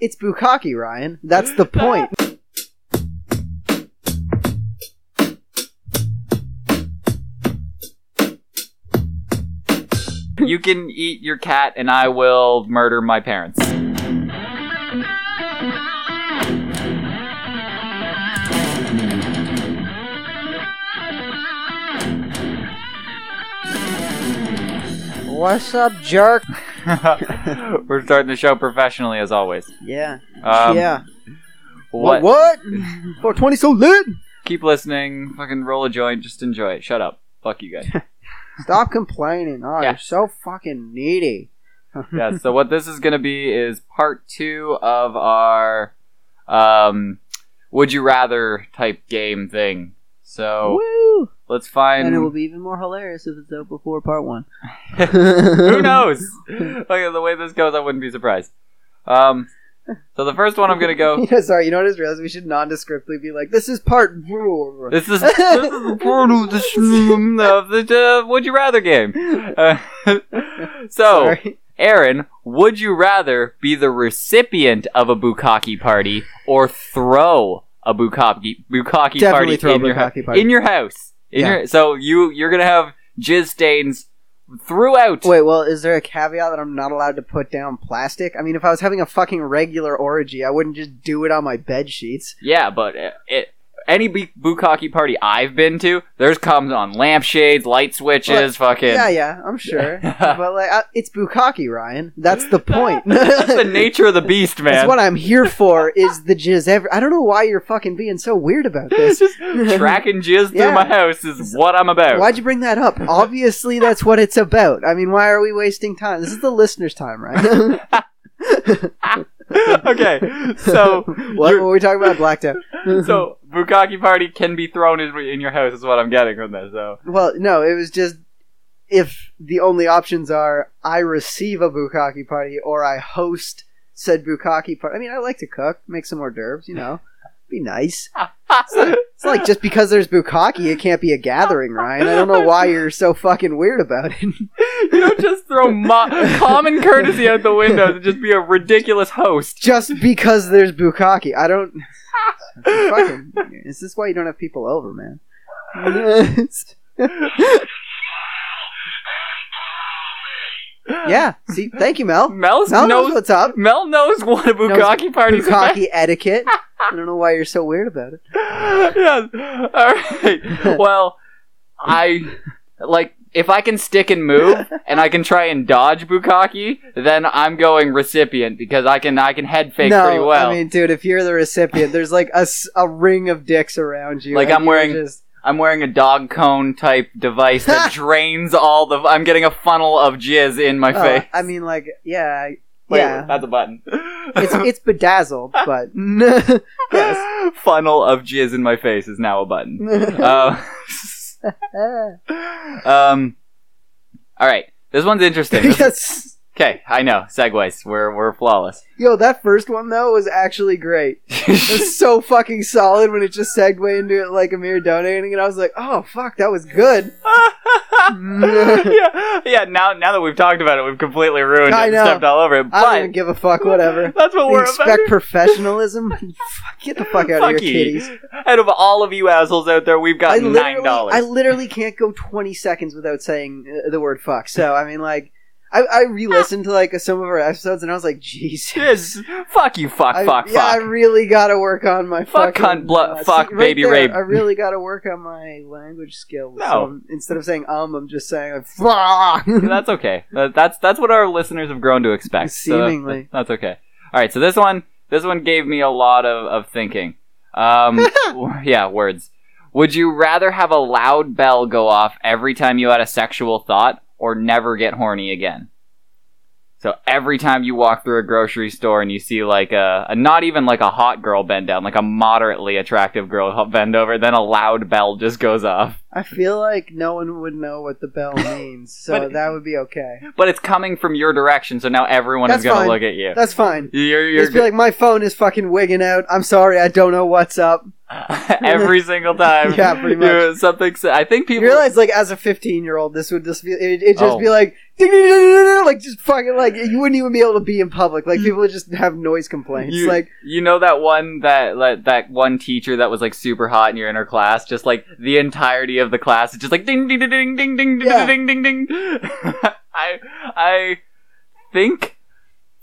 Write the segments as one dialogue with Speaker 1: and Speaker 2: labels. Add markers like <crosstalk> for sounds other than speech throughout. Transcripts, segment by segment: Speaker 1: It's bukkake, Ryan. That's the point.
Speaker 2: you can eat your cat, and I will murder my parents.
Speaker 1: <laughs> What's up, jerk?
Speaker 2: We're starting the show professionally as always.
Speaker 1: Yeah.
Speaker 2: Um,
Speaker 1: yeah.
Speaker 2: What?
Speaker 1: What?
Speaker 2: <laughs>
Speaker 1: 420 so lit.
Speaker 2: Keep listening. Fucking roll a joint. Just enjoy it. Shut up. Fuck you
Speaker 1: <laughs>
Speaker 2: guys.
Speaker 1: Stop complaining. Oh,
Speaker 2: Yeah.
Speaker 1: you're so fucking needy.
Speaker 2: yeah. So what this is gonna be is part two of our um, would you rather type game thing. So
Speaker 1: Woo!
Speaker 2: let's find.
Speaker 1: And it will be even more hilarious if it's out before part one.
Speaker 2: <laughs>
Speaker 1: <laughs>
Speaker 2: Who knows? Look at the way this goes. I wouldn't be surprised. Um, so the first one I'm gonna go.
Speaker 1: You know, sorry, you know what I just realized? We should nondescriptly be like, this is part. <laughs>
Speaker 2: This is this is part of the schmoom of the uh, Would You Rather game. Uh, <laughs> so,
Speaker 1: Sorry.
Speaker 2: Aaron, would you rather be the recipient of a bukkake party or throw a bukkake bukkake
Speaker 1: Definitely
Speaker 2: party,
Speaker 1: throw a
Speaker 2: in, your
Speaker 1: bukkake
Speaker 2: hou-
Speaker 1: party.
Speaker 2: in your house? In
Speaker 1: Yeah.
Speaker 2: your, so you you're gonna have jizz stains throughout.
Speaker 1: Wait, well, is there a caveat that I'm not allowed to put down plastic? I mean, if I was having a fucking regular orgy, I wouldn't just do it on my bed sheets.
Speaker 2: Yeah, but it, it, any bu- bukkake party I've been to, there's comes on lampshades, light switches, fucking.
Speaker 1: Yeah, yeah,
Speaker 2: <laughs>
Speaker 1: I'm sure. but like, I, it's bukkake, Ryan. That's the point.
Speaker 2: <laughs>
Speaker 1: <laughs>
Speaker 2: That's the nature of the beast, man.
Speaker 1: That's what I'm here for. Is the jizz ever? I don't know why you're fucking being so weird about
Speaker 2: <laughs>
Speaker 1: this.
Speaker 2: Just tracking jizz
Speaker 1: Yeah.
Speaker 2: through my house is what I'm about. <laughs>
Speaker 1: Why'd you bring that up? Obviously, that's what it's about. I mean, why are we wasting time? This is the listeners' time, right? <laughs>
Speaker 2: okay, so
Speaker 1: <laughs> what were we talking about? Blacked out.
Speaker 2: <laughs> so bukkake party can be thrown in, in your house is what I'm getting from this. So
Speaker 1: <laughs>
Speaker 2: <laughs>
Speaker 1: Well, no, it was just if the only options are I receive a bukkake party or I host said bukkake party. I mean, I like to cook, make some hors d'oeuvres, you know, be nice. It's like just because there's bukkake, it can't be a gathering, Ryan. I don't know why you're so fucking weird about it. <laughs>
Speaker 2: you don't just throw mo- common courtesy out the window to just be a ridiculous host.
Speaker 1: just because there's bukkake, I don't. fucking, is this why you don't have people over, man? <laughs> yeah. See, thank you, Mel.
Speaker 2: Mel's
Speaker 1: Mel knows
Speaker 2: knows
Speaker 1: what's
Speaker 2: <laughs>
Speaker 1: up.
Speaker 2: Mel knows what a bukkake party's about.
Speaker 1: Bukkake etiquette. I don't know why you're so weird about it.
Speaker 2: <laughs> yes. All
Speaker 1: <laughs>
Speaker 2: right. Well, I like if I can stick and move, and I can try and dodge bukkake, then I'm going recipient because I can I can head fake
Speaker 1: no,
Speaker 2: pretty well.
Speaker 1: I
Speaker 2: I
Speaker 1: mean, dude, if you're the recipient, there's like a, s- a ring of dicks around you.
Speaker 2: Like,
Speaker 1: and
Speaker 2: I'm
Speaker 1: you're
Speaker 2: wearing-
Speaker 1: Just,
Speaker 2: am wearing a dog cone type device
Speaker 1: <laughs>
Speaker 2: that drains all the. I'm getting a funnel of jizz in my
Speaker 1: Oh,
Speaker 2: face.
Speaker 1: I mean, like, yeah,
Speaker 2: Wait,
Speaker 1: yeah.
Speaker 2: that's a button.
Speaker 1: it's it's bedazzled, but <laughs> yes.
Speaker 2: <laughs> Funnel of jizz in my face is now
Speaker 1: <laughs>
Speaker 2: a button. Uh, <laughs> Um. All right. This one's
Speaker 1: <laughs>
Speaker 2: interesting. This-
Speaker 1: yes.
Speaker 2: okay, I know segues. We're we're flawless. <laughs>
Speaker 1: Yo, that first one though was actually great. It was
Speaker 2: <laughs>
Speaker 1: so fucking solid when it just segued into it like Amir donating, and I was like, oh fuck, that was
Speaker 2: <laughs>
Speaker 1: good.
Speaker 2: yeah, yeah. Now now that we've talked about it, we've completely ruined it.
Speaker 1: I
Speaker 2: and
Speaker 1: know.
Speaker 2: Stepped all over it.
Speaker 1: <laughs> I don't even
Speaker 2: But
Speaker 1: give a fuck, whatever.
Speaker 2: that's what
Speaker 1: You
Speaker 2: <laughs> we're about.
Speaker 1: expect
Speaker 2: <laughs>
Speaker 1: professionalism? Fuck, Get the fuck out
Speaker 2: Fuck
Speaker 1: of here,
Speaker 2: you.
Speaker 1: kitties.
Speaker 2: Out of all of you assholes out there, we've
Speaker 1: I
Speaker 2: got nine
Speaker 1: literally, I
Speaker 2: dollars.
Speaker 1: literally can't go 20 seconds without saying uh, the word fuck. So, I mean, like, I, I re listened to, like, some of our episodes and I was like, Jesus.
Speaker 2: Yes. Fuck you. Fuck.
Speaker 1: I,
Speaker 2: fuck.
Speaker 1: yeah, I
Speaker 2: fuck.
Speaker 1: really gotta work on my
Speaker 2: Fuck
Speaker 1: fucking, uh,
Speaker 2: cunt, blu- fuck
Speaker 1: right
Speaker 2: baby
Speaker 1: there,
Speaker 2: rape.
Speaker 1: I really gotta work on my language skills.
Speaker 2: No.
Speaker 1: So I'm- instead of saying um, I'm just saying like, fuck.
Speaker 2: that's okay. <laughs> That- That's that's what our listeners have grown to expect. so that-
Speaker 1: Seemingly.
Speaker 2: <laughs> that's okay. All right. So this one this one gave me a lot of of thinking.
Speaker 1: <laughs>
Speaker 2: Um, w- yeah, words. Would you rather have a loud bell go off every time you had a sexual thought, or never get horny again? So every time you walk through a grocery store and you see like a, a not even like a hot girl bend down, like a moderately attractive girl <laughs> bend over, then a loud bell just goes off.
Speaker 1: I feel like no one would know what the
Speaker 2: <laughs>
Speaker 1: bell means, so
Speaker 2: But-
Speaker 1: that would be okay.
Speaker 2: But it's coming from your direction, so now everyone
Speaker 1: That's
Speaker 2: is gonna
Speaker 1: fine.
Speaker 2: look at you.
Speaker 1: That's fine.
Speaker 2: You're, you're
Speaker 1: Just be like, my phone is fucking wigging out. I'm sorry, I don't know what's up.
Speaker 2: <laughs> every single time.
Speaker 1: <laughs> Yeah, pretty
Speaker 2: You
Speaker 1: much.
Speaker 2: know, something. s- I think people.
Speaker 1: You realize, like, as a 15 year old, this would just be, it, it'd just
Speaker 2: Oh.
Speaker 1: be like, ding, ding, ding, ding, ding, ding, like, just fucking, like, you wouldn't even be able to be in public. Like, people would just have noise complaints.
Speaker 2: You-
Speaker 1: like,
Speaker 2: you know that one that like, that one teacher that was like super hot in your inner class, just like the entirety of the class, it's just like ding ding ding ding ding ding ding
Speaker 1: Yeah.
Speaker 2: ding ding ding. <laughs> I I think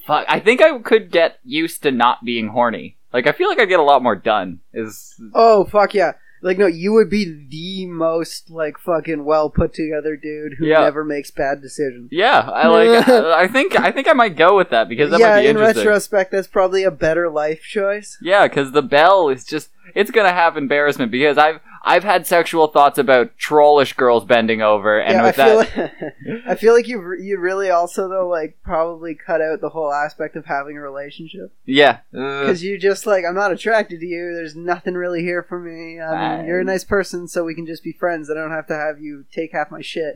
Speaker 2: fuck, I think I could get used to not being horny. Like I feel like I'd get a lot more done. Is
Speaker 1: oh, fuck yeah. Like, no, you would be the most, like, fucking well put together dude who
Speaker 2: Yeah.
Speaker 1: never makes bad decisions.
Speaker 2: yeah, I like I think I think I might go with that because that
Speaker 1: yeah,
Speaker 2: might be
Speaker 1: in
Speaker 2: interesting.
Speaker 1: retrospect, that's probably a better life choice.
Speaker 2: Yeah, because the bell is just it's gonna have embarrassment because I've I've had sexual thoughts about trollish girls bending over and
Speaker 1: yeah,
Speaker 2: with
Speaker 1: I feel
Speaker 2: that
Speaker 1: like, <laughs> I feel like you re- you really also though like probably cut out the whole aspect of having a relationship <laughs>
Speaker 2: yeah. Ugh.
Speaker 1: because you just like I'm not attracted to you. There's nothing really here for me. I mean,
Speaker 2: I-
Speaker 1: you're a nice person, so we can just be friends. I don't have to have you take half my
Speaker 2: <laughs>
Speaker 1: shit.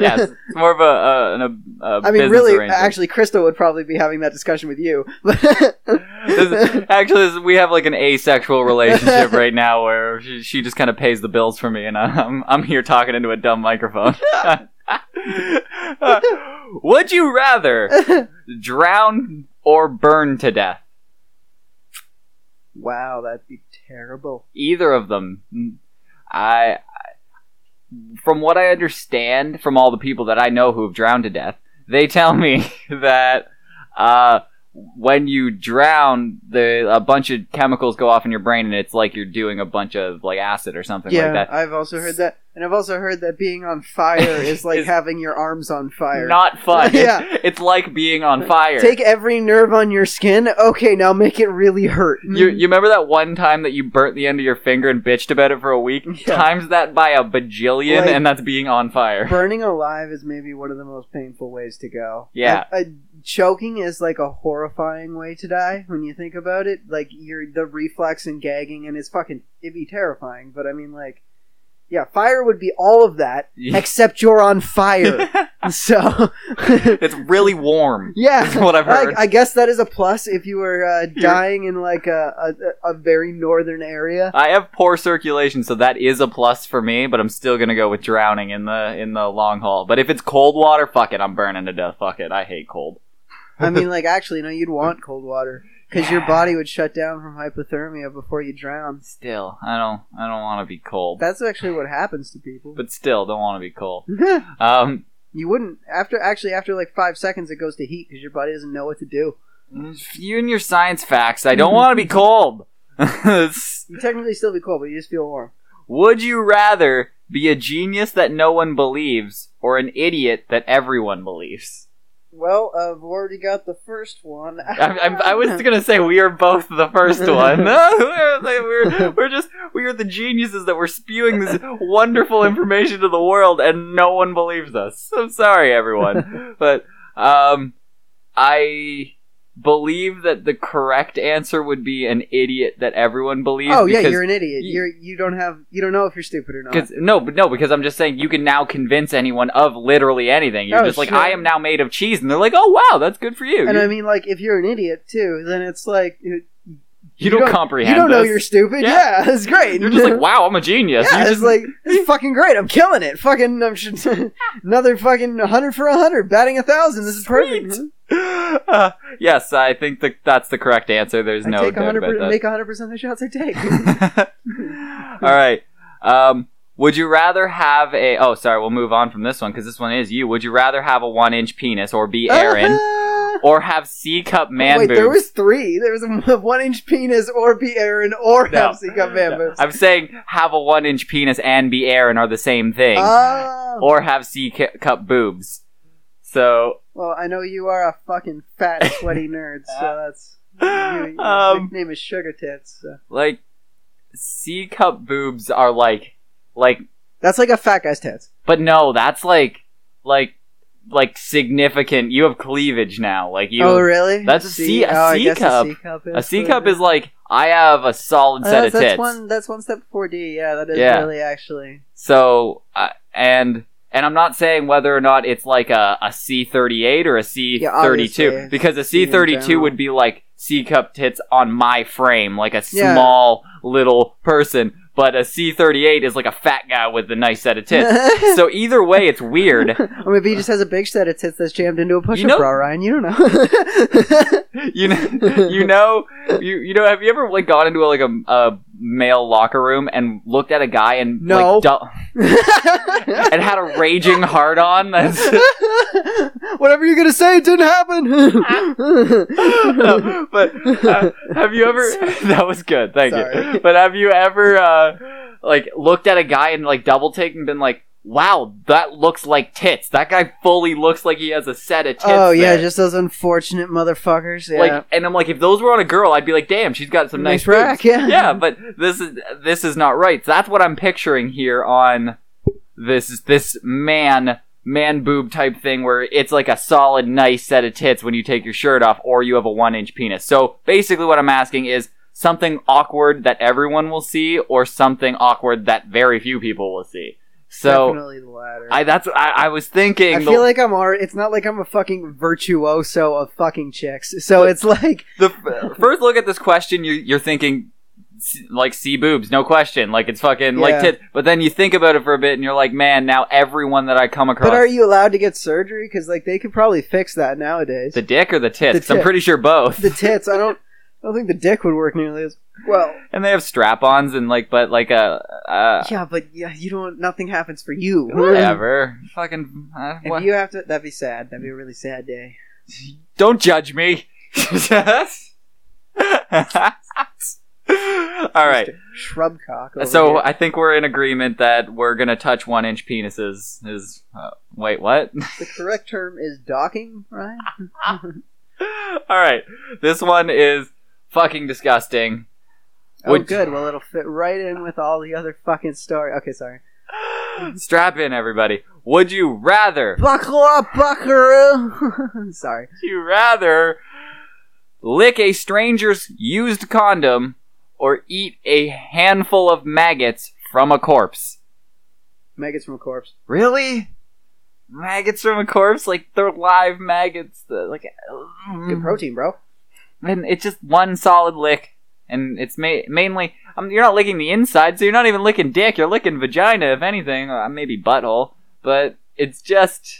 Speaker 2: yeah, it's it's more of a, a, an, a, a
Speaker 1: I mean,
Speaker 2: business
Speaker 1: really,
Speaker 2: arrangement.
Speaker 1: actually, Crystal would probably be having that discussion with you. <laughs> But
Speaker 2: <laughs>
Speaker 1: <laughs>
Speaker 2: This is- actually, this- we have like an asexual relationship right now where she, she just kind of pays the bills for me, and I'm I'm here talking into a
Speaker 1: <laughs>
Speaker 2: dumb microphone. <laughs> Uh, would you rather drown or burn to death?
Speaker 1: wow, that'd be terrible.
Speaker 2: Either of them, I, I from what I understand from all the people that I know who have drowned to death, they tell me <laughs> that uh, when you drown, the a bunch of chemicals go off in your brain, and it's like you're doing a bunch of like acid or something
Speaker 1: yeah,
Speaker 2: like that.
Speaker 1: I've also heard that, and I've also heard that being on
Speaker 2: <laughs>
Speaker 1: fire is like
Speaker 2: Is-
Speaker 1: having your arms on fire.
Speaker 2: Not
Speaker 1: <laughs>
Speaker 2: fun.
Speaker 1: Yeah.
Speaker 2: It's- it's like being on fire.
Speaker 1: Take every nerve on your skin. Okay, now make it really hurt.
Speaker 2: you, you remember that one time that you burnt the end of your finger and bitched about it for a week?
Speaker 1: Yeah.
Speaker 2: Times that by a bajillion,
Speaker 1: Like-
Speaker 2: and that's being on fire.
Speaker 1: Burning alive is maybe one of the most painful ways to go.
Speaker 2: Yeah.
Speaker 1: I, I- choking is like a horrifying way to die when you think about it. Like you're the reflex and gagging, and it's fucking it'd be terrifying. But I mean, like, yeah, fire would be all of that
Speaker 2: <laughs>
Speaker 1: except you're on fire. so, <laughs>
Speaker 2: it's really warm. <laughs>
Speaker 1: yeah.
Speaker 2: That's what I've
Speaker 1: I,
Speaker 2: heard.
Speaker 1: I guess that is a plus if you were uh,
Speaker 2: You're-
Speaker 1: dying in like a, a a very northern area.
Speaker 2: I have poor circulation, so that is a plus for me. But I'm still gonna go with drowning in the in the long haul. But if it's cold water, fuck it, I'm burning to death. Fuck it, I hate cold.
Speaker 1: I mean,
Speaker 2: <laughs>
Speaker 1: like, actually, no, you'd want cold water because your body would shut down from hypothermia before you drown.
Speaker 2: Still, I don't I don't want to be cold.
Speaker 1: That's actually what happens to people.
Speaker 2: But still, don't want to be cold. Um,
Speaker 1: <laughs> you wouldn't after actually after like five seconds it goes to heat because your body doesn't know what to do.
Speaker 2: you and your science facts. I don't want to <laughs> be cold.
Speaker 1: You technically still be cold, but you just feel warm.
Speaker 2: Would you rather be a genius that no one believes or an idiot that everyone believes?
Speaker 1: Well, uh, I've already got the first one.
Speaker 2: I, I,
Speaker 1: <laughs>
Speaker 2: I was gonna say we are both the first one. <laughs> we're, like, we're, we're just we are the geniuses that we're spewing this wonderful information to the world, and no one believes us. I'm
Speaker 1: <laughs>
Speaker 2: sorry, everyone, but um, I believe that the correct answer would be an idiot that everyone believes.
Speaker 1: Oh yeah,
Speaker 2: because-
Speaker 1: you're an idiot.
Speaker 2: you-
Speaker 1: You're you don't have you don't know if you're stupid or not.
Speaker 2: Because no, but no, because I'm just saying you can now convince anyone of literally anything. You're
Speaker 1: Oh,
Speaker 2: just like,
Speaker 1: sure.
Speaker 2: I am now made of cheese, and they're like, oh wow, that's good for you.
Speaker 1: And
Speaker 2: you,
Speaker 1: I mean, like, if you're an idiot too, then it's like you,
Speaker 2: you don't,
Speaker 1: don't- you
Speaker 2: comprehend.
Speaker 1: don't know
Speaker 2: this.
Speaker 1: you're stupid.
Speaker 2: Yeah.
Speaker 1: Yeah, <laughs> that's great.
Speaker 2: You're just like, wow, I'm a genius.
Speaker 1: yeah,
Speaker 2: you
Speaker 1: it's
Speaker 2: just
Speaker 1: like
Speaker 2: <laughs>
Speaker 1: it's fucking great. I'm killing it. Fucking I'm just, <laughs> another fucking hundred for hundred, batting a thousand. This is perfect.
Speaker 2: Sweet. <gasps> Uh, yes, I think that that's the correct answer. There's
Speaker 1: I
Speaker 2: no
Speaker 1: take
Speaker 2: doubt
Speaker 1: 100
Speaker 2: about that.
Speaker 1: make hundred percent of the shots I
Speaker 2: <laughs>
Speaker 1: take. <laughs>
Speaker 2: All right. Um, would you rather have a? Oh, sorry. We'll move on from this one because this one is you. Would you rather have a one-inch penis or be
Speaker 1: <laughs>
Speaker 2: Aaron,
Speaker 1: Uh-huh.
Speaker 2: or have C-cup man
Speaker 1: Wait,
Speaker 2: boobs?
Speaker 1: there was three. There was a <laughs> one-inch penis, or be Aaron, or
Speaker 2: No.
Speaker 1: have cup man boobs.
Speaker 2: I'm saying have a one-inch penis and be Aaron are the same thing,
Speaker 1: Ah.
Speaker 2: or have C-cup boobs. So
Speaker 1: well, I know you are a fucking fat,
Speaker 2: <laughs>
Speaker 1: sweaty nerd, so that's you, your
Speaker 2: Um,
Speaker 1: nickname is Sugar Tits. so.
Speaker 2: like C cup boobs are like like
Speaker 1: That's like a fat guy's tits.
Speaker 2: but no, that's like like like significant. You have cleavage now. Like you
Speaker 1: oh, really?
Speaker 2: That's a C- a
Speaker 1: oh, I
Speaker 2: C
Speaker 1: guess
Speaker 2: cup.
Speaker 1: cup.
Speaker 2: a C cup is like I have a solid
Speaker 1: Oh,
Speaker 2: set
Speaker 1: that's,
Speaker 2: of tits.
Speaker 1: that's one. That's one step four D. Yeah, that is
Speaker 2: Yeah.
Speaker 1: really actually.
Speaker 2: So uh, and and I'm not saying whether or not it's like a, a C38 or a C32
Speaker 1: obviously.
Speaker 2: because a
Speaker 1: C in
Speaker 2: C32
Speaker 1: general.
Speaker 2: would be like C cup hits on my frame like a
Speaker 1: Yeah.
Speaker 2: small little person, but a C thirty eight is like a fat guy with a nice set
Speaker 1: <laughs>
Speaker 2: of tits. so either way, it's weird.
Speaker 1: or maybe he just has a big set of tits that's jammed into a push-up
Speaker 2: You know-
Speaker 1: bra, Ryan. You don't know. <laughs>
Speaker 2: <laughs> You know, you know, you you know. Have you ever like gone into like a, a male locker room and looked at a guy and
Speaker 1: No.
Speaker 2: like, du- and had a raging hard
Speaker 1: <laughs>
Speaker 2: on? That's
Speaker 1: Whatever you're gonna say, it didn't
Speaker 2: <laughs>
Speaker 1: Oh, happen.
Speaker 2: No, but uh, have you ever? <laughs> that was good, thank
Speaker 1: Sorry.
Speaker 2: you. But have you ever uh, like looked at a guy and like double take and been like, "Wow, that looks like tits. That guy fully looks like he has a set of tits."
Speaker 1: oh yeah,
Speaker 2: there."
Speaker 1: just those unfortunate motherfuckers. Yeah.
Speaker 2: like, and I'm like, if those were on a girl, I'd be like, "Damn, she's got some nice, boobs."
Speaker 1: rack, yeah.
Speaker 2: yeah, but this is this is not right. That's what I'm picturing here on this this man man boob type thing where it's like a solid nice set of tits when you take your shirt off or you have a one inch penis. So basically what I'm asking is something awkward that everyone will see or something awkward that very few people will see. So
Speaker 1: Definitely the latter.
Speaker 2: I that's I, I was thinking
Speaker 1: I
Speaker 2: the,
Speaker 1: feel like I'm already. It's not like I'm a fucking virtuoso of fucking chicks. So it's like,
Speaker 2: the f- first look at this question, you, you're thinking s- like see boobs, no question, like it's fucking
Speaker 1: Yeah.
Speaker 2: like tit. But then you think about it for a bit, and you're like, man, now everyone that I come across,
Speaker 1: but are you allowed to get surgery? Because like they could probably fix that nowadays.
Speaker 2: the dick or the tits?
Speaker 1: The
Speaker 2: I'm
Speaker 1: tit.
Speaker 2: pretty sure both.
Speaker 1: the tits. I don't. I don't think the dick would work nearly as well.
Speaker 2: and they have strap-ons and like, but like a uh,
Speaker 1: Yeah, but yeah, you don't. Nothing happens for you.
Speaker 2: whatever, fucking. Uh,
Speaker 1: If
Speaker 2: what?
Speaker 1: you have to, that'd be sad. That'd be a really sad day.
Speaker 2: Don't judge me. <laughs> All right.
Speaker 1: Mr. Shrubcock. Over
Speaker 2: So uh,
Speaker 1: here.
Speaker 2: I think we're in agreement that we're gonna touch one-inch penises. Is uh, wait, what?
Speaker 1: the correct term is docking, right?
Speaker 2: <laughs> All right. This one is fucking disgusting.
Speaker 1: Oh,
Speaker 2: <laughs> Would-
Speaker 1: good. Well, it'll fit right in with all the other fucking story. Okay, sorry.
Speaker 2: <laughs> Strap in, everybody. Would you rather?
Speaker 1: Buckle up,
Speaker 2: <laughs>
Speaker 1: buckaroo. sorry.
Speaker 2: Would you rather lick a stranger's used condom or eat a handful of maggots from a corpse?
Speaker 1: Maggots from a corpse.
Speaker 2: Really? Maggots from a corpse? Like they're live maggots. They're like Mm.
Speaker 1: Good protein, bro.
Speaker 2: and it's just one solid lick. And it's ma- mainly um, you're not licking the inside, so you're not even licking dick. You're licking vagina, if anything, or maybe butthole. But it's just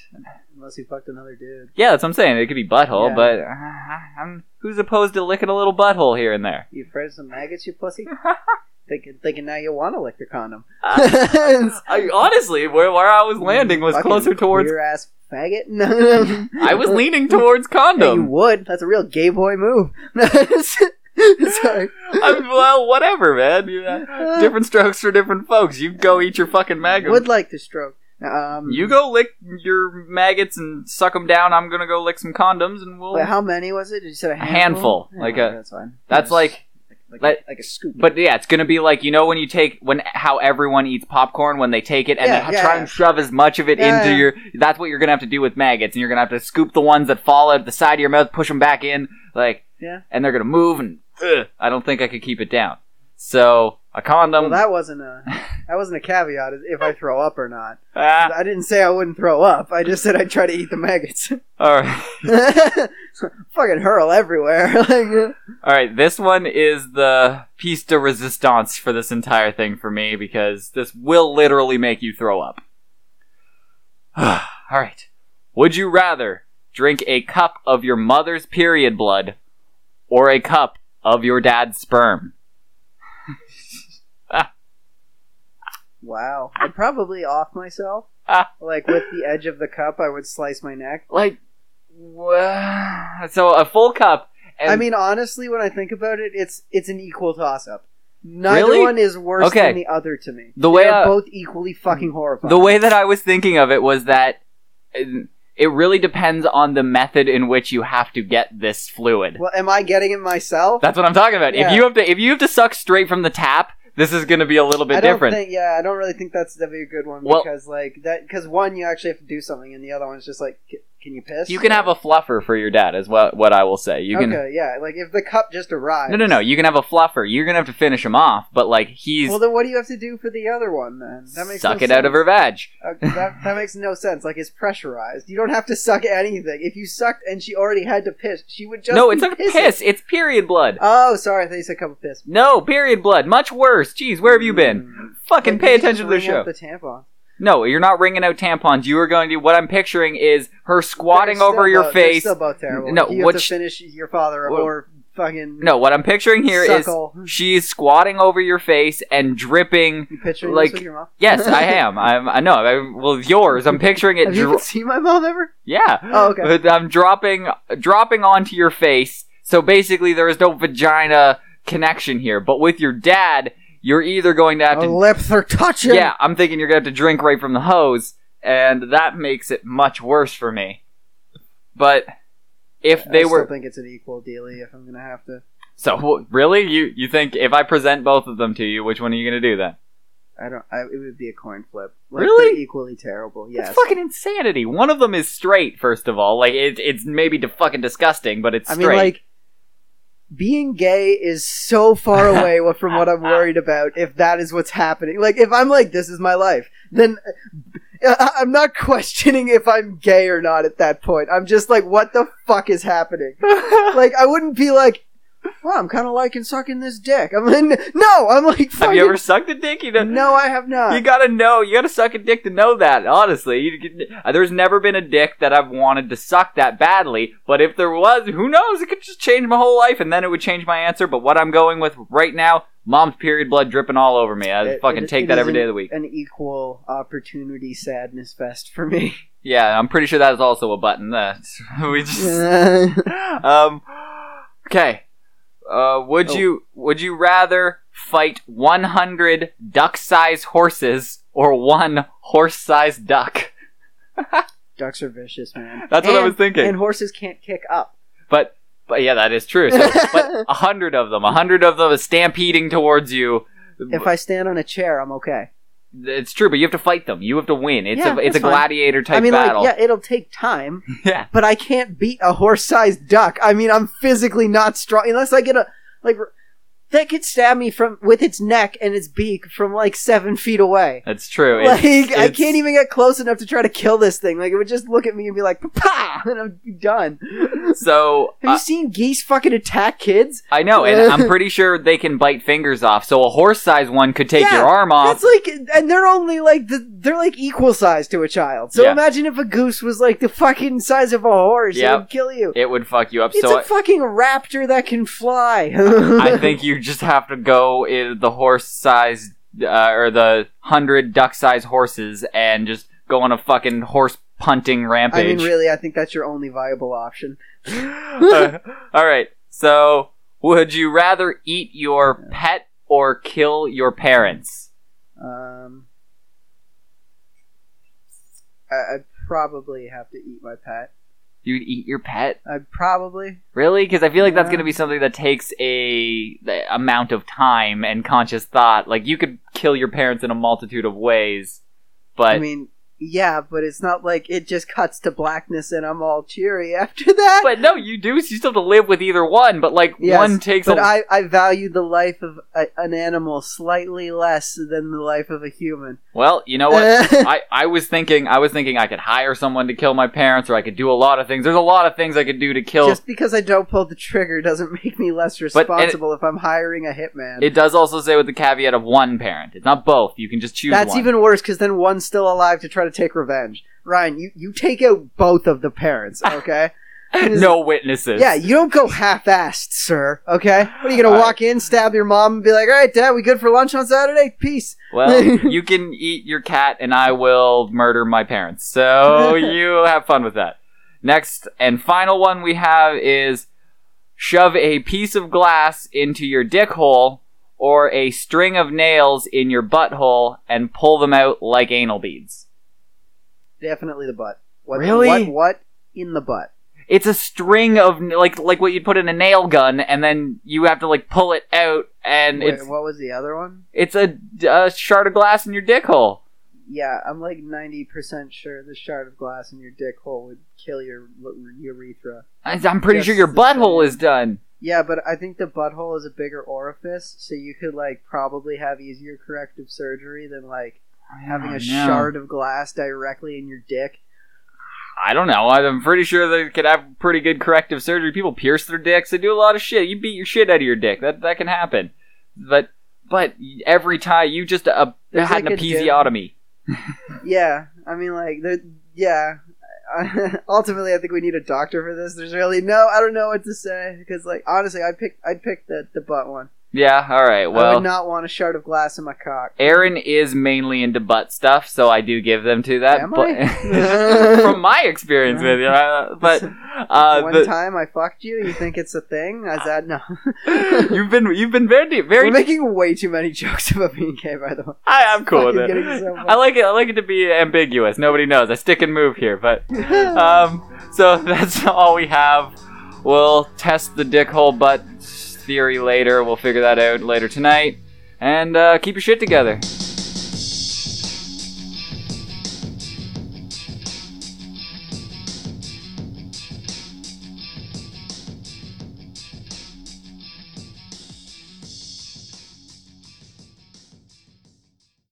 Speaker 1: Unless you fucked another dude.
Speaker 2: yeah, that's what I'm saying. It could be butthole,
Speaker 1: Yeah.
Speaker 2: but uh, I'm, who's opposed to licking a little butthole here and there?
Speaker 1: You afraid of some maggots, you pussy? <laughs> thinking, thinking now you want to lick your
Speaker 2: <laughs>
Speaker 1: condom.
Speaker 2: I, honestly, where, where I was landing was
Speaker 1: Fucking
Speaker 2: closer towards.
Speaker 1: queer ass faggot. No,
Speaker 2: <laughs>
Speaker 1: <laughs>
Speaker 2: I was leaning towards
Speaker 1: Yeah, you
Speaker 2: condom.
Speaker 1: would. That's a real gay boy move. <laughs> sorry.
Speaker 2: I'm, well, whatever, man.
Speaker 1: <laughs>
Speaker 2: Yeah. Different strokes for different folks. You go eat your fucking maggot.
Speaker 1: Would like to stroke. Um,
Speaker 2: You go lick your maggots and suck them down. I'm gonna go lick some condoms, and we'll.
Speaker 1: Wait, how many was it? Did you say a handful?
Speaker 2: handful,
Speaker 1: Yeah,
Speaker 2: like a-
Speaker 1: That's fine.
Speaker 2: that's
Speaker 1: Yes.
Speaker 2: like,
Speaker 1: like,
Speaker 2: like-
Speaker 1: like a scoop.
Speaker 2: but yeah, it's gonna be like you know when you take when how everyone eats popcorn when they take it and
Speaker 1: Yeah,
Speaker 2: they
Speaker 1: yeah,
Speaker 2: try
Speaker 1: yeah.
Speaker 2: and shove as much of it
Speaker 1: Yeah,
Speaker 2: into
Speaker 1: yeah.
Speaker 2: your. That's what you're gonna have to do with maggots, and you're gonna have to scoop the ones that fall out the side of your mouth, push them back in, like,
Speaker 1: Yeah.
Speaker 2: and they're gonna move, and ugh, I don't think I could keep it down. So a condom.
Speaker 1: well, that wasn't a
Speaker 2: <laughs>
Speaker 1: that wasn't a caveat is if I throw up or not.
Speaker 2: ah,
Speaker 1: I didn't say I wouldn't throw up. I just said I'd try to eat the maggots.
Speaker 2: all right.
Speaker 1: <laughs> Fucking hurl everywhere. <laughs> like,
Speaker 2: All right, this one is the piece de resistance for this entire thing for me because this will literally make you throw up. <sighs> All right. Would you rather drink a cup of your mother's period blood or a cup of your dad's sperm?
Speaker 1: wow. I'd probably off myself.
Speaker 2: Ah.
Speaker 1: like with the edge of the cup, I would slice my neck.
Speaker 2: Like, wha- so a full cup. And
Speaker 1: I mean, honestly, when I think about it, it's it's an equal toss up. Neither
Speaker 2: Really?
Speaker 1: one is worse
Speaker 2: Okay.
Speaker 1: than the other to me.
Speaker 2: the way
Speaker 1: They're
Speaker 2: I-
Speaker 1: both equally fucking horrifying.
Speaker 2: the way that I was thinking of it was that uh, it really depends on the method in which you have to get this fluid.
Speaker 1: Well, am I getting it myself?
Speaker 2: That's what I'm talking about.
Speaker 1: Yeah.
Speaker 2: If you have to, if you have to suck straight from the tap, this is going to be a little
Speaker 1: I
Speaker 2: bit
Speaker 1: don't
Speaker 2: different.
Speaker 1: think. Yeah, I don't really think that's gonna be a good one
Speaker 2: Well-
Speaker 1: because like that because one you actually have to do something and the other one's just like c- Can you piss?
Speaker 2: You can have a fluffer for your dad, is what what I will say. You can
Speaker 1: okay, yeah. Like if the cup just arrives.
Speaker 2: no no no. You can have a fluffer. You're gonna have to finish him off, but like he's
Speaker 1: Well, then what do you have to do for the other one then? That makes
Speaker 2: suck
Speaker 1: no
Speaker 2: it out of
Speaker 1: sense.
Speaker 2: her vag.
Speaker 1: Uh, that, that makes no sense. Like it's pressurized. You don't have to suck anything. If you sucked and she already had to piss, she would just
Speaker 2: No,
Speaker 1: be
Speaker 2: it's not
Speaker 1: pissing.
Speaker 2: piss. It's period blood.
Speaker 1: Oh, sorry. I thought you said cup of piss.
Speaker 2: No, period blood. Much worse. Jeez, where have you been?
Speaker 1: Mm.
Speaker 2: Fucking
Speaker 1: Like,
Speaker 2: pay
Speaker 1: you just
Speaker 2: attention to the
Speaker 1: ring
Speaker 2: show.
Speaker 1: out The tampon.
Speaker 2: No, you're not wringing out tampons. You are going to. What I'm picturing is her squatting
Speaker 1: They're
Speaker 2: over
Speaker 1: still
Speaker 2: your
Speaker 1: both- they're
Speaker 2: face.
Speaker 1: Still both terrible.
Speaker 2: No,
Speaker 1: you
Speaker 2: what
Speaker 1: have to
Speaker 2: sh-
Speaker 1: finish your father
Speaker 2: Well,
Speaker 1: or fucking
Speaker 2: No, what I'm picturing here is
Speaker 1: suckle.
Speaker 2: she's squatting over your face and dripping.
Speaker 1: You picturing
Speaker 2: like-
Speaker 1: this with your mom?
Speaker 2: Yes,
Speaker 1: <laughs>
Speaker 2: I am. I'm. I know. I, well, yours. I'm picturing it.
Speaker 1: Have you
Speaker 2: Dro-
Speaker 1: even seen my mom ever?
Speaker 2: <laughs> yeah.
Speaker 1: Oh, okay.
Speaker 2: But I'm dropping, dropping onto your face. So basically, there is no vagina connection here. But with your dad, you're either going to have
Speaker 1: Our
Speaker 2: to
Speaker 1: lips are touching.
Speaker 2: Yeah, I'm thinking you're gonna have to drink right from the hose, and that makes it much worse for me. But if
Speaker 1: I
Speaker 2: they
Speaker 1: still
Speaker 2: were
Speaker 1: think it's an equal dealy if I'm gonna have to.
Speaker 2: so wh- really, you you think if I present both of them to you, which one are you gonna do then?
Speaker 1: I don't. I, it would be a coin flip. Like,
Speaker 2: Really?
Speaker 1: they're Equally terrible.
Speaker 2: It's
Speaker 1: Yes.
Speaker 2: fucking insanity. One of them is straight, first of all. Like it, it's maybe de- fucking disgusting, but it's
Speaker 1: I
Speaker 2: straight.
Speaker 1: mean, like being gay is so
Speaker 2: <laughs>
Speaker 1: far away wa- from what I'm worried about. If that is what's happening, like if I'm like this is my life, then uh, I- I'm not <laughs> questioning if I'm gay or not at that point. I'm just like, what the fuck is
Speaker 2: <laughs>
Speaker 1: happening? Like I wouldn't be like, well, I'm kind of liking sucking this dick. I'm like, <laughs> no, I'm like,
Speaker 2: have
Speaker 1: fucking,
Speaker 2: you ever sucked a dick? You know,
Speaker 1: No, I have not.
Speaker 2: you gotta know. You gotta suck a dick to know that. Honestly, you, you- uh, there's never been a dick that I've wanted to suck that badly. But if there was, who knows? It could just change my whole life, and then it would change my answer. But what I'm going with right now, mom's period blood dripping all over me. I
Speaker 1: It-
Speaker 2: fucking
Speaker 1: it-
Speaker 2: take
Speaker 1: it
Speaker 2: that
Speaker 1: is
Speaker 2: every day
Speaker 1: an-
Speaker 2: of the week.
Speaker 1: An equal opportunity sadness fest for me.
Speaker 2: Yeah, I'm pretty sure that is also a button. <laughs> That's we
Speaker 1: <laughs>
Speaker 2: just. <laughs> um. Okay. Uh, would
Speaker 1: Oh.
Speaker 2: you would you rather fight 100 duck-sized horses or one horse-sized duck?
Speaker 1: Ducks are vicious, man.
Speaker 2: That's what I
Speaker 1: And-
Speaker 2: was thinking.
Speaker 1: And horses can't kick up.
Speaker 2: But but yeah, that is true. So,
Speaker 1: <laughs>
Speaker 2: but a hundred of them, a hundred of them is stampeding towards you.
Speaker 1: If I stand on a chair, I'm okay.
Speaker 2: It's true, but you have to fight them. You have to win. It's
Speaker 1: Yeah,
Speaker 2: a it's
Speaker 1: that's
Speaker 2: a
Speaker 1: fine.
Speaker 2: gladiator type
Speaker 1: I mean,
Speaker 2: battle.
Speaker 1: like, yeah, it'll take time,
Speaker 2: <laughs> yeah.
Speaker 1: but I can't beat a horse-sized duck. I mean, I'm physically not strong unless I get a like. r- That could stab me from with its neck and its beak from like seven feet away.
Speaker 2: that's true. It's-
Speaker 1: Like I
Speaker 2: it's-
Speaker 1: can't even get close enough to try to kill this thing. Like it would just look at me and be like, "Pa!" <laughs> and I'm done. <laughs>
Speaker 2: So
Speaker 1: Have
Speaker 2: uh,
Speaker 1: you seen geese fucking attack kids?
Speaker 2: I know, and I'm pretty sure they can bite fingers off. So a horse-sized one could take
Speaker 1: Yeah,
Speaker 2: your arm off.
Speaker 1: That's like, and they're only like the, they're like equal size to a child. So
Speaker 2: Yeah.
Speaker 1: imagine if a goose was like the fucking size of a horse.
Speaker 2: Yeah.
Speaker 1: It would kill you.
Speaker 2: It would fuck you up.
Speaker 1: it's
Speaker 2: so
Speaker 1: a fucking raptor that can fly. <laughs>
Speaker 2: I, I think you just have to go in the horse-sized uh, or the hundred duck-sized horses and just go on a fucking horse punting
Speaker 1: I
Speaker 2: rampage.
Speaker 1: mean, really, I think that's your only viable option.
Speaker 2: Uh, <laughs> all right. So, would you rather eat your pet or kill your parents?
Speaker 1: Um, I, I'd probably have to eat my pet.
Speaker 2: You'd eat your pet,
Speaker 1: I'd probably.
Speaker 2: really? Because I feel like that's
Speaker 1: Yeah.
Speaker 2: going to be something that takes a the amount of time and conscious thought. Like you could kill your parents in a multitude of ways, but
Speaker 1: I mean, yeah, but it's not like it just cuts to blackness and I'm all cheery <laughs> after that.
Speaker 2: <laughs> but no, you do. You still have to live with either one. But like
Speaker 1: Yes,
Speaker 2: one takes
Speaker 1: But
Speaker 2: a
Speaker 1: I, I value the life of a, an animal slightly less than the life of a human.
Speaker 2: well. You
Speaker 1: <laughs>
Speaker 2: know what? <laughs> I, I was thinking I was thinking I could hire someone to kill my parents or I could do a lot of things. There's a lot of things I could do to kill
Speaker 1: Just because I don't pull the trigger doesn't <laughs> make me less
Speaker 2: and it-
Speaker 1: responsible if I'm hiring a hitman.
Speaker 2: It does also say with the caveat of one parent. It's not both. You can just choose
Speaker 1: That's
Speaker 2: one. <laughs>
Speaker 1: even worse because then one's still alive to try to take revenge. Ryan, you, you take out both of the
Speaker 2: <laughs>
Speaker 1: parents, okay?
Speaker 2: no witnesses.
Speaker 1: Yeah, you don't go half-assed, sir. Okay, what are you gonna
Speaker 2: All
Speaker 1: walk in, stab your mom, and be like, "All right, Dad, we good for lunch on Saturday? Peace." <laughs>
Speaker 2: Well, you can eat your cat and I will murder my parents.
Speaker 1: <laughs>
Speaker 2: So you have fun with that. Next and final one we have is shove a piece of glass into your dick hole or a string of nails in your butthole and pull them out like anal beads.
Speaker 1: Definitely the butt. What,
Speaker 2: Really?
Speaker 1: What? What in the butt?
Speaker 2: It's a string of like like what you'd put in a nail gun and then you have to like pull it out and
Speaker 1: Wait,
Speaker 2: it's
Speaker 1: what was the other one?
Speaker 2: It's a, a shard of glass in your dick hole.
Speaker 1: yeah, I'm like 90% sure the shard of glass in your dick hole would kill your urethra.
Speaker 2: I- I'm pretty
Speaker 1: Yes,
Speaker 2: sure your
Speaker 1: it's the same.
Speaker 2: butthole is done.
Speaker 1: Yeah, but I think the butthole is a bigger orifice, so you could like probably have easier corrective surgery than like having a
Speaker 2: Oh, no.
Speaker 1: shard of glass directly in your dick.
Speaker 2: I don't know. I'm pretty sure they could have pretty good corrective surgery. People pierce their dicks. They do a lot of shit. You beat your shit out of your dick. That that can happen. But but every time you just uh,
Speaker 1: There's
Speaker 2: had an
Speaker 1: like a dim-
Speaker 2: episiotomy.
Speaker 1: Yeah, I mean like there. Yeah, <laughs> ultimately I think we need a doctor for this. There's really no. I don't know what to say because like honestly, I pick I'd pick the the butt one.
Speaker 2: Yeah. All right.
Speaker 1: I
Speaker 2: Well,
Speaker 1: would not want a shard of glass in my cock.
Speaker 2: Aaron is mainly into butt stuff, so I do give them to that.
Speaker 1: Am
Speaker 2: but
Speaker 1: I? <laughs>
Speaker 2: <laughs> from my experience with you, uh, but uh,
Speaker 1: One
Speaker 2: the-
Speaker 1: time I fucked you. You think it's a thing? I said no.
Speaker 2: <laughs> you've been you've been very very.
Speaker 1: We're making way too many jokes <laughs> about being gay, by the way.
Speaker 2: I, I'm cool with
Speaker 1: fucking
Speaker 2: it.
Speaker 1: getting so much-
Speaker 2: I like it. I like it to be ambiguous. Nobody knows. I stick and move here, but <laughs> um, so <laughs> that's all we have. We'll test the dick hole butt theory later. We'll figure that out later tonight, and uh, keep your shit together.